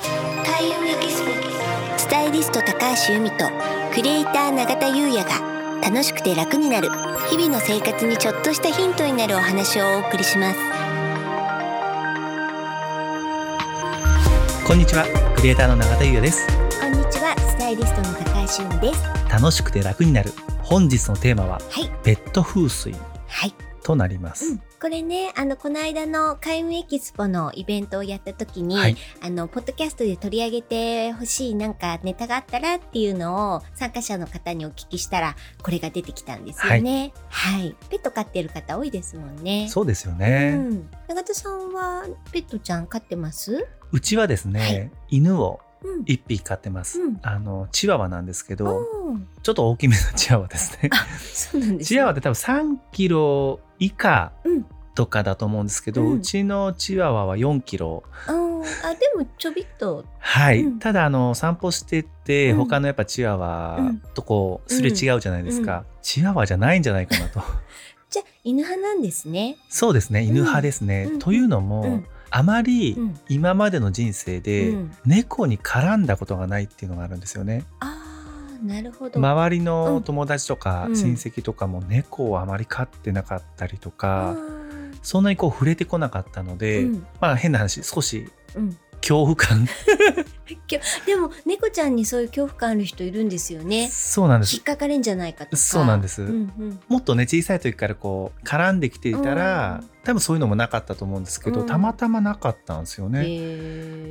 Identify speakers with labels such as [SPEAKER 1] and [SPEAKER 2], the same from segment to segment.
[SPEAKER 1] 田優也ギススタイリスト高橋由美とクリエイター永田優也が楽しくて楽になる日々の生活にちょっとしたヒントになるお話をお送りします
[SPEAKER 2] こんにちは、クリエイターの永田優也です。
[SPEAKER 1] こんにちはスタイリストの高橋由美ですは
[SPEAKER 2] 楽しくて楽になる。本日のテーマはいペット風水
[SPEAKER 1] はい、
[SPEAKER 2] となります。
[SPEAKER 1] これねあのこの間の開運エキスポのイベントをやった時に、
[SPEAKER 2] はい、
[SPEAKER 1] あのポッドキャストで取り上げてほしいなんかネタがあったらっていうのを参加者の方にお聞きしたらこれが出てきたんですよね。はい、ペット飼ってる方多いですもんね。
[SPEAKER 2] そうですよ
[SPEAKER 1] う
[SPEAKER 2] ね。
[SPEAKER 1] ん。永田さんはペットちゃん飼ってます？
[SPEAKER 2] うちはですね、
[SPEAKER 1] はい
[SPEAKER 2] 犬を
[SPEAKER 1] うん。
[SPEAKER 2] 一匹飼ってます。
[SPEAKER 1] うん
[SPEAKER 2] あのチワワなんですけど、
[SPEAKER 1] おー
[SPEAKER 2] ちょっと大きめのチワワですね。
[SPEAKER 1] そうなんです、
[SPEAKER 2] チワワっ。て多分3キロ以下
[SPEAKER 1] うん
[SPEAKER 2] とかだと思うんですけど、
[SPEAKER 1] う
[SPEAKER 2] うんちのチワワは4キロ。
[SPEAKER 1] あーあでもちょびっと。
[SPEAKER 2] はい、
[SPEAKER 1] うん
[SPEAKER 2] ただあの散歩してって、
[SPEAKER 1] うん
[SPEAKER 2] 他のやっぱチワワとこうすれ違うじゃないですか、チワワじゃないんじゃないかなと
[SPEAKER 1] じゃあ犬派なんですね。
[SPEAKER 2] そうですね犬派ですね、
[SPEAKER 1] うん
[SPEAKER 2] というのも、
[SPEAKER 1] うん
[SPEAKER 2] あまり
[SPEAKER 1] うん。
[SPEAKER 2] 今までの人生で、
[SPEAKER 1] うん
[SPEAKER 2] 猫に絡んだことがないっていうのがあるんですよね
[SPEAKER 1] ああなるほど。
[SPEAKER 2] 周り
[SPEAKER 1] う
[SPEAKER 2] の
[SPEAKER 1] ん
[SPEAKER 2] 友達とか
[SPEAKER 1] うん
[SPEAKER 2] 親戚とかも猫をあまり飼ってなかったりと
[SPEAKER 1] あ
[SPEAKER 2] か、
[SPEAKER 1] ー
[SPEAKER 2] そんなにこう触れてこなかったので、
[SPEAKER 1] うん
[SPEAKER 2] まあ変な話少し
[SPEAKER 1] うん。
[SPEAKER 2] 恐怖感、
[SPEAKER 1] きょでも猫ちゃんにそういう恐怖感ある人いるんですよね。
[SPEAKER 2] そうなん
[SPEAKER 1] 引っ
[SPEAKER 2] です
[SPEAKER 1] かかれんじゃないかとか
[SPEAKER 2] そうなんです
[SPEAKER 1] うん
[SPEAKER 2] もっとね小さい時からこう絡んできていたら、
[SPEAKER 1] うん
[SPEAKER 2] 多分そういうのもなかったと思うんですけど、
[SPEAKER 1] うん
[SPEAKER 2] たまたまなかったんですよ
[SPEAKER 1] うん
[SPEAKER 2] ね、
[SPEAKER 1] へ
[SPEAKER 2] で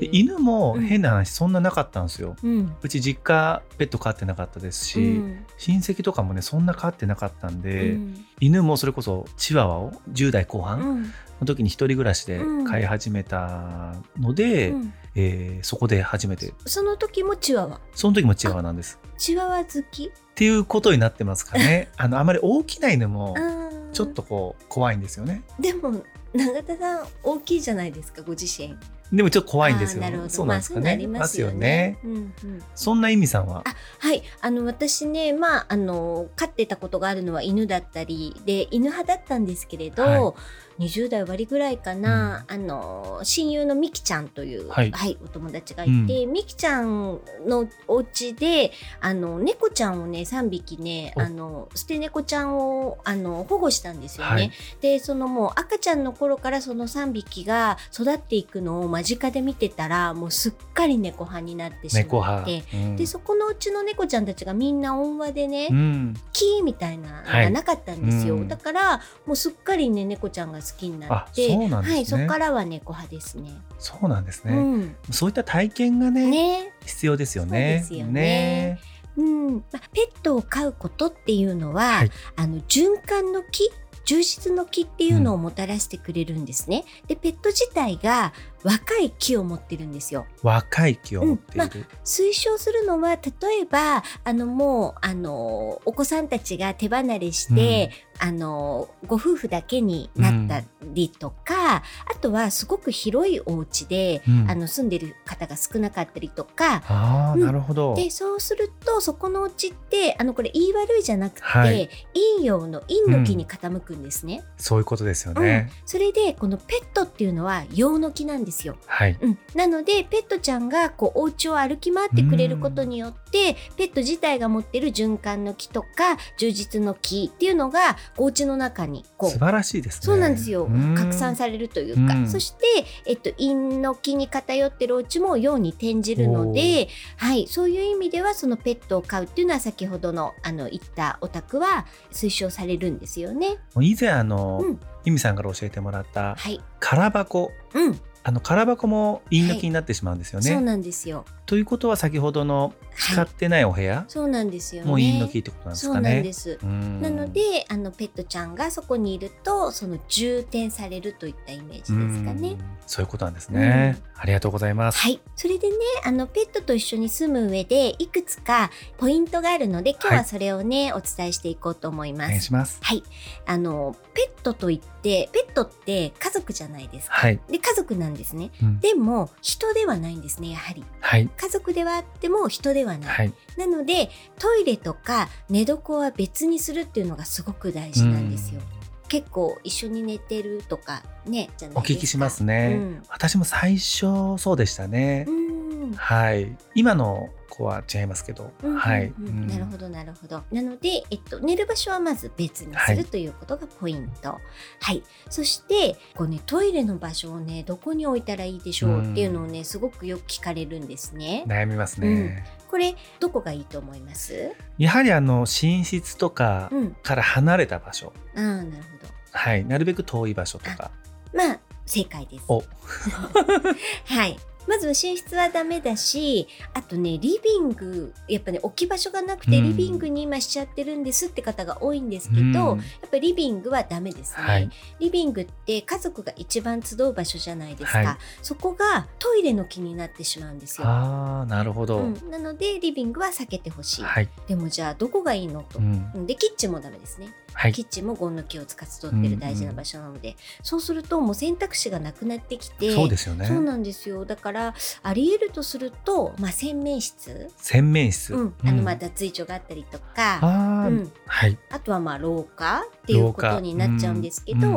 [SPEAKER 1] ー
[SPEAKER 2] 犬も変な話そんななかったんですよ
[SPEAKER 1] うん
[SPEAKER 2] うち実家ペット飼ってなかったですし、
[SPEAKER 1] うん
[SPEAKER 2] 親戚とかもねそんな飼ってなかったん
[SPEAKER 1] う
[SPEAKER 2] で、
[SPEAKER 1] ん
[SPEAKER 2] 犬もそれこそチワワを10代後
[SPEAKER 1] う
[SPEAKER 2] 半
[SPEAKER 1] ん
[SPEAKER 2] の時に一人暮らしで
[SPEAKER 1] うん
[SPEAKER 2] 飼い始めたので、
[SPEAKER 1] うん
[SPEAKER 2] えーそこで初めて
[SPEAKER 1] その時もチワワ
[SPEAKER 2] その時もチワワなんです。
[SPEAKER 1] チワワ好き
[SPEAKER 2] っていうことになってますかね あのあまり大きな犬も
[SPEAKER 1] うん
[SPEAKER 2] ちょっとこう怖いんですよね。
[SPEAKER 1] でも永田さん大きいじゃないですかご自身
[SPEAKER 2] でもちょっと怖いんですよ
[SPEAKER 1] あーなるほ。ど
[SPEAKER 2] そうなんです
[SPEAKER 1] ま
[SPEAKER 2] か
[SPEAKER 1] あ、
[SPEAKER 2] ね。
[SPEAKER 1] そういうのありますよね
[SPEAKER 2] ますよね
[SPEAKER 1] うんうん
[SPEAKER 2] そんな意味さんは
[SPEAKER 1] あはいあの私ねまああの飼ってたことがあるのは犬だったりで犬派だったんですけれど、
[SPEAKER 2] は
[SPEAKER 1] 20代割ぐらいかな、あの親友のみきちゃんという、は
[SPEAKER 2] はいい
[SPEAKER 1] お友達がいて、みきちゃんのお家であの猫ちゃんをね3匹ね
[SPEAKER 2] お
[SPEAKER 1] あの捨て猫ちゃんをあの保護したんですよね。
[SPEAKER 2] はい
[SPEAKER 1] でそのもう赤ちゃんの頃からその3匹が育っていくのを間近で見てたらもうすっかり猫派になってし
[SPEAKER 2] 猫
[SPEAKER 1] まっ
[SPEAKER 2] 派
[SPEAKER 1] て。。
[SPEAKER 2] うん
[SPEAKER 1] でそこのうちの猫ちゃんたちがみんな音話でね、
[SPEAKER 2] うん
[SPEAKER 1] キーみたいなの
[SPEAKER 2] は
[SPEAKER 1] が
[SPEAKER 2] い
[SPEAKER 1] なかったんですよ、
[SPEAKER 2] うん
[SPEAKER 1] だからもうすっかりね猫ちゃんが好きにな
[SPEAKER 2] あ
[SPEAKER 1] って
[SPEAKER 2] そうなんですね。
[SPEAKER 1] はい、そこからは猫派ですね。
[SPEAKER 2] そうなんです
[SPEAKER 1] う
[SPEAKER 2] ね。
[SPEAKER 1] ん、
[SPEAKER 2] そういった体験がね
[SPEAKER 1] ね、
[SPEAKER 2] 必要ですよ
[SPEAKER 1] そうで
[SPEAKER 2] ね。
[SPEAKER 1] すよねうんまあ、ペットを飼うことっていうのは、
[SPEAKER 2] はい
[SPEAKER 1] あの循環の木充実の木っていうのをもたらしてくれるんですね。でペット自体が若い木を持ってるんですよ。
[SPEAKER 2] 若い気を持っている。
[SPEAKER 1] 推奨するのは例えばあのもうあのお子さんたちが手離れして、あのご夫婦だけになったりとか、あとはすごく広いお家で、
[SPEAKER 2] うん
[SPEAKER 1] あの住んでる方が少なかったりとか。
[SPEAKER 2] ああ
[SPEAKER 1] うん
[SPEAKER 2] なるほど。
[SPEAKER 1] でそうするとそこのお家ってあのこれ言い悪いじゃなくて、
[SPEAKER 2] はい
[SPEAKER 1] 陰陽の陰の木に傾くんですね、
[SPEAKER 2] そういうことですよね。
[SPEAKER 1] それでこのペットっていうのは陽の木なんですよ。
[SPEAKER 2] はい。
[SPEAKER 1] うん、なのでペットちゃんがこうお家を歩き回ってくれることによってペット自体が持ってる循環の木とか充実の木っていうのがお家の中にこ
[SPEAKER 2] 素
[SPEAKER 1] う
[SPEAKER 2] 晴らしいですね。
[SPEAKER 1] そうなんですよ
[SPEAKER 2] うん
[SPEAKER 1] 拡散されるというか
[SPEAKER 2] うん
[SPEAKER 1] そして、えっと、陰の木に偏ってるお家も陽に転じるので、はい、そういう意味ではそのペットを飼うっていうのは先ほどのあの言ったお宅は推奨されるんですよね。
[SPEAKER 2] 以前あの
[SPEAKER 1] うん
[SPEAKER 2] 由美さんから教えてもらった
[SPEAKER 1] はい、
[SPEAKER 2] 空箱。
[SPEAKER 1] うん
[SPEAKER 2] あの空箱も陰抜きになってしまうんですよね。
[SPEAKER 1] そうなんですよ。
[SPEAKER 2] ということは先ほどの使
[SPEAKER 1] は
[SPEAKER 2] っ
[SPEAKER 1] い、
[SPEAKER 2] てないお部屋
[SPEAKER 1] そうなんですよね。
[SPEAKER 2] も陰抜きってことなんです
[SPEAKER 1] そう
[SPEAKER 2] か
[SPEAKER 1] なん
[SPEAKER 2] ね
[SPEAKER 1] で。す。
[SPEAKER 2] うん
[SPEAKER 1] なのであのペットちゃんがそこにいるとその充填されるといったイメージですか
[SPEAKER 2] う
[SPEAKER 1] ね
[SPEAKER 2] ん。そういうことなんですね。ありがとうございます。
[SPEAKER 1] はい、それでねあのペットと一緒に住む上でいくつかポイントがあるので今日はそれをね、お伝えしていこうと思い
[SPEAKER 2] お
[SPEAKER 1] ま
[SPEAKER 2] 願い
[SPEAKER 1] す。
[SPEAKER 2] します。
[SPEAKER 1] はい、あのペットといってペットって家族じゃないですか。
[SPEAKER 2] はい。
[SPEAKER 1] で家族なんですね。
[SPEAKER 2] うん
[SPEAKER 1] でも人ではないんですねやはり
[SPEAKER 2] はい。
[SPEAKER 1] 家族ではあっても人ではない。
[SPEAKER 2] はい。
[SPEAKER 1] なのでトイレとか寝床は別にするっていうのがすごく大事なんですよ。結構一緒に寝てるとかねじゃないですか
[SPEAKER 2] お聞きしますね。私も最初そうでしたね。
[SPEAKER 1] うん、うんうん
[SPEAKER 2] はい今の子は違いますけど、
[SPEAKER 1] うんうんうん
[SPEAKER 2] はい、うん
[SPEAKER 1] なるほどなるほどなので、えっと、寝る場所はまず別にす
[SPEAKER 2] は
[SPEAKER 1] る
[SPEAKER 2] い
[SPEAKER 1] ということがポイントはい、そしてこう、ね、トイレの場所をねどこに置いたらいいでしょうっていうのをねすごくよく聞かれるんですね
[SPEAKER 2] 悩みますね、
[SPEAKER 1] これどこがいいと思います
[SPEAKER 2] やはりあの寝室とか
[SPEAKER 1] うん
[SPEAKER 2] から離れた場所、
[SPEAKER 1] ああなるほど
[SPEAKER 2] はいなるべく遠い場所とか
[SPEAKER 1] まあ正解です。
[SPEAKER 2] お
[SPEAKER 1] はい。まずは寝室はダメだし、あとね、リビング、やっぱね、置き場所がなくて、
[SPEAKER 2] うん
[SPEAKER 1] リビングに今しちゃってるんですって方が多いんですけ
[SPEAKER 2] うん
[SPEAKER 1] ど、やっぱリビングはダメですね、
[SPEAKER 2] はい
[SPEAKER 1] リビングって家族が一番集う場所じゃないですか。
[SPEAKER 2] はい
[SPEAKER 1] そこがトイレの気になってしまうんですよ。
[SPEAKER 2] ああなるほど、
[SPEAKER 1] うん、なので、リビングは避けてほしい。
[SPEAKER 2] はい、
[SPEAKER 1] でもじゃあ、どこがいいのと
[SPEAKER 2] う。ん、
[SPEAKER 1] うんで、キッチンもダメですね。
[SPEAKER 2] はい
[SPEAKER 1] キッチンもゴンの木を使って取ってる大事な場所なので、そうするともう選択肢がなくなってきて
[SPEAKER 2] そうですよね
[SPEAKER 1] そうなんですよだからあり得るとすると、まあ、洗面室、
[SPEAKER 2] 洗面室、
[SPEAKER 1] うん、あのまあ
[SPEAKER 2] た
[SPEAKER 1] 脱衣所があったりとか、
[SPEAKER 2] あ
[SPEAKER 1] う
[SPEAKER 2] ー、
[SPEAKER 1] ん、
[SPEAKER 2] はい
[SPEAKER 1] あとはまあ廊下っていうことになっちゃうんですけど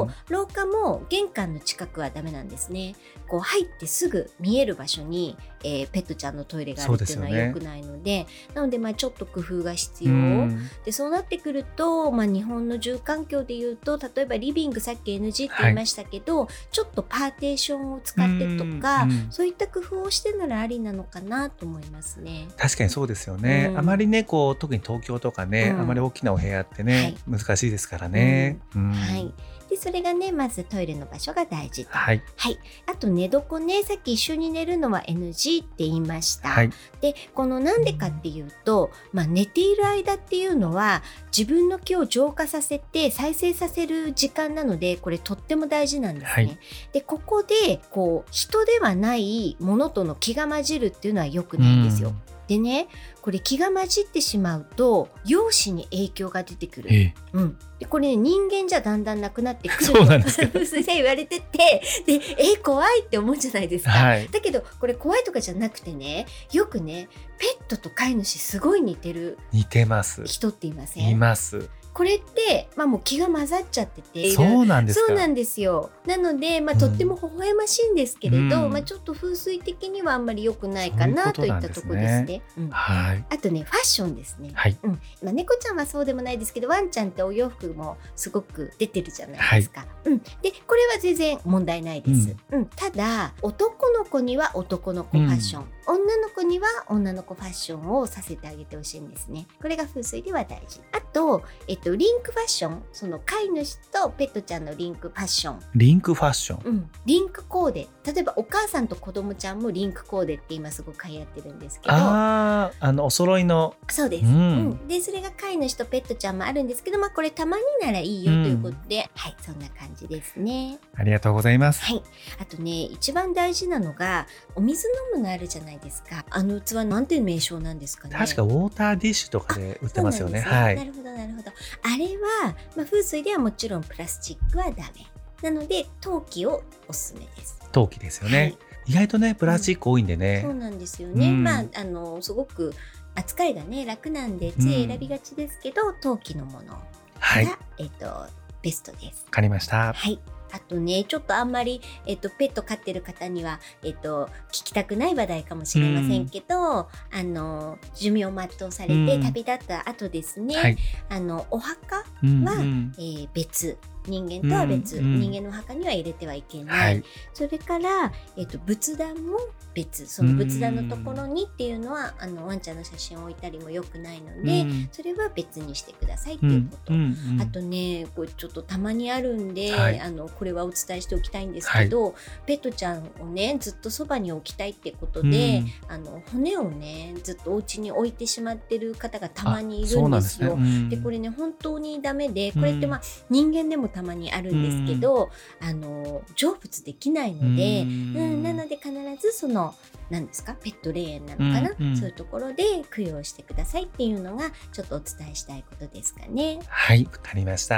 [SPEAKER 1] 廊下,、
[SPEAKER 2] 廊下うん
[SPEAKER 1] も玄関の近くはダメなんですねこう入ってすぐ見える場所に、えーペットちゃんのトイレがあるっていうのは
[SPEAKER 2] そうですよね
[SPEAKER 1] 良くないのでなのでまあちょっと工夫が必
[SPEAKER 2] う
[SPEAKER 1] 要。
[SPEAKER 2] ん
[SPEAKER 1] でそうなってくると、まあ、日本の住環境でいうと例えばリビングさっき NG って言いましたけど、ちょっとパーテーションを使ってとか、
[SPEAKER 2] うんうん
[SPEAKER 1] そういった工夫をしてならありなのかなと思いますね。
[SPEAKER 2] 確かにそうですよね、
[SPEAKER 1] うん
[SPEAKER 2] あまりねこう特に東京とかね、
[SPEAKER 1] うん
[SPEAKER 2] あまり大きなお部屋ってね、難しいですからね、うん
[SPEAKER 1] はい、でそれがねまずトイレの場所が大事と、
[SPEAKER 2] はい
[SPEAKER 1] はい、あと寝床ねさっき一緒に寝るのは NG って言いました、
[SPEAKER 2] はい
[SPEAKER 1] でこのなんでかっていうと、まあ、寝ている間っていうのは自分の気を浄化させて再生させる時間なのでこれとっても大事なんですね。
[SPEAKER 2] はい
[SPEAKER 1] でここでこう人ではないものとの気が混じるっていうのは良くないんですよ。でねこれ気が混じってしまうと容姿に影響が出てく
[SPEAKER 2] う
[SPEAKER 1] る
[SPEAKER 2] ん。ええ
[SPEAKER 1] うん、でこれ、ね、人間じゃだんだんなくなってくる
[SPEAKER 2] そうな んですか
[SPEAKER 1] 先生言われててでえ怖いって思うじゃないですか。
[SPEAKER 2] はい
[SPEAKER 1] だけどこれ怖いとかじゃなくてねよくねペットと飼い主すごい似てる
[SPEAKER 2] 似てます
[SPEAKER 1] 人っていませ
[SPEAKER 2] い
[SPEAKER 1] ん
[SPEAKER 2] ます
[SPEAKER 1] これって、まあ、もう気が混ざっちゃってている
[SPEAKER 2] そうなんですか
[SPEAKER 1] そうなんですよなので、まあ、
[SPEAKER 2] うん
[SPEAKER 1] とっても微笑ましいんですけれど、
[SPEAKER 2] うん
[SPEAKER 1] まあ、ちょっと風水的にはあんまり良くないかな
[SPEAKER 2] そ
[SPEAKER 1] と
[SPEAKER 2] う
[SPEAKER 1] い
[SPEAKER 2] いう
[SPEAKER 1] った
[SPEAKER 2] ことなんですね
[SPEAKER 1] ところですね。うん
[SPEAKER 2] はい
[SPEAKER 1] あとねファッションですね、
[SPEAKER 2] はい
[SPEAKER 1] うんまあ、猫ちゃんはそうでもないですけどワンちゃんってお洋服もすごく出てるじゃないですか、うん、でこれは全然問題ないです、うんただ男の子には男の子ファッション、女の子には女の子ファッションをさせてあげてほしいんですねこれが風水では大事あと、えっと、リンクファッションその飼い主とペットちゃんのリンクファッション
[SPEAKER 2] リンクファッション
[SPEAKER 1] うん、リンクコーデ例えばお母さんと子供ちゃんもリンクコーデって今すごく流行ってるんですけど
[SPEAKER 2] あーあのお揃いの
[SPEAKER 1] そうです、う
[SPEAKER 2] うんん
[SPEAKER 1] でそれが飼い主とペットちゃんもあるんですけど、まあ、これたまにならいいよということで、はいそんな感じですね
[SPEAKER 2] ありがとうございます
[SPEAKER 1] はいあとね一番大事なのがお水飲むのあるじゃないですかあの器なんて名称なんですかね
[SPEAKER 2] 確かウォーターディッシュとかで売ってますよね
[SPEAKER 1] そうな
[SPEAKER 2] は
[SPEAKER 1] んです
[SPEAKER 2] い
[SPEAKER 1] ねなるほどなるほどあれは、まあ、風水ではもちろんプラスチックはダメなので陶器をおすすめです
[SPEAKER 2] 陶器ですよね、
[SPEAKER 1] はい
[SPEAKER 2] 意外とねプラスチック多いんでね、
[SPEAKER 1] そうなんですよね。
[SPEAKER 2] うん
[SPEAKER 1] まあ、あの、すごく扱いがね、楽なんで、杖選びがちですけど、陶器のものが、
[SPEAKER 2] はいわ
[SPEAKER 1] えっと、ベストです。
[SPEAKER 2] かりまし
[SPEAKER 1] は
[SPEAKER 2] た
[SPEAKER 1] い。あとね、ちょっとあんまり、えっと、ペット飼ってる方には、えっと、聞きたくない話題かもしれませんけど、あの、寿命を全うされて
[SPEAKER 2] うん
[SPEAKER 1] 旅立った後ですね、
[SPEAKER 2] はい、
[SPEAKER 1] あの、お墓、
[SPEAKER 2] うん
[SPEAKER 1] は
[SPEAKER 2] うん
[SPEAKER 1] えー別、人間とは別、
[SPEAKER 2] うんうん
[SPEAKER 1] 人間のお墓には入れてはいけな
[SPEAKER 2] はいい、
[SPEAKER 1] それから、えっと仏壇も別その仏壇のところにっていうのはあのワンちゃんの写真を置いたりもよくないので、
[SPEAKER 2] うん
[SPEAKER 1] それは別にしてくださいって
[SPEAKER 2] う
[SPEAKER 1] いうこ
[SPEAKER 2] ん
[SPEAKER 1] と。
[SPEAKER 2] うんうん
[SPEAKER 1] あとねこれちょっとたまにあるんで、
[SPEAKER 2] はい
[SPEAKER 1] あのこれはお伝えしておきたいんですけど、ペットちゃんをねずっとそばに置きたいってことで、あの骨をねずっとお家に置いてしまってる方がたまにいるんですよ。でこれね本当にダメでこれってまあ人間でもたまにあるんですけど、あの成仏できないので、うんなので
[SPEAKER 2] で
[SPEAKER 1] 必ずその何ですかペット霊園なのかな、
[SPEAKER 2] うんうん
[SPEAKER 1] そういうところで供養してくださいっていうのがちょっとお伝えしたいことですかね。
[SPEAKER 2] はいわかりました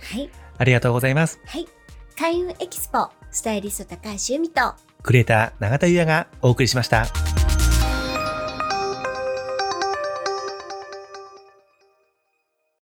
[SPEAKER 1] はい、
[SPEAKER 2] ありがとうございます
[SPEAKER 1] はい、開運エキスポスタイリスト高橋由美と
[SPEAKER 2] クリエイター永田優也がお送りしました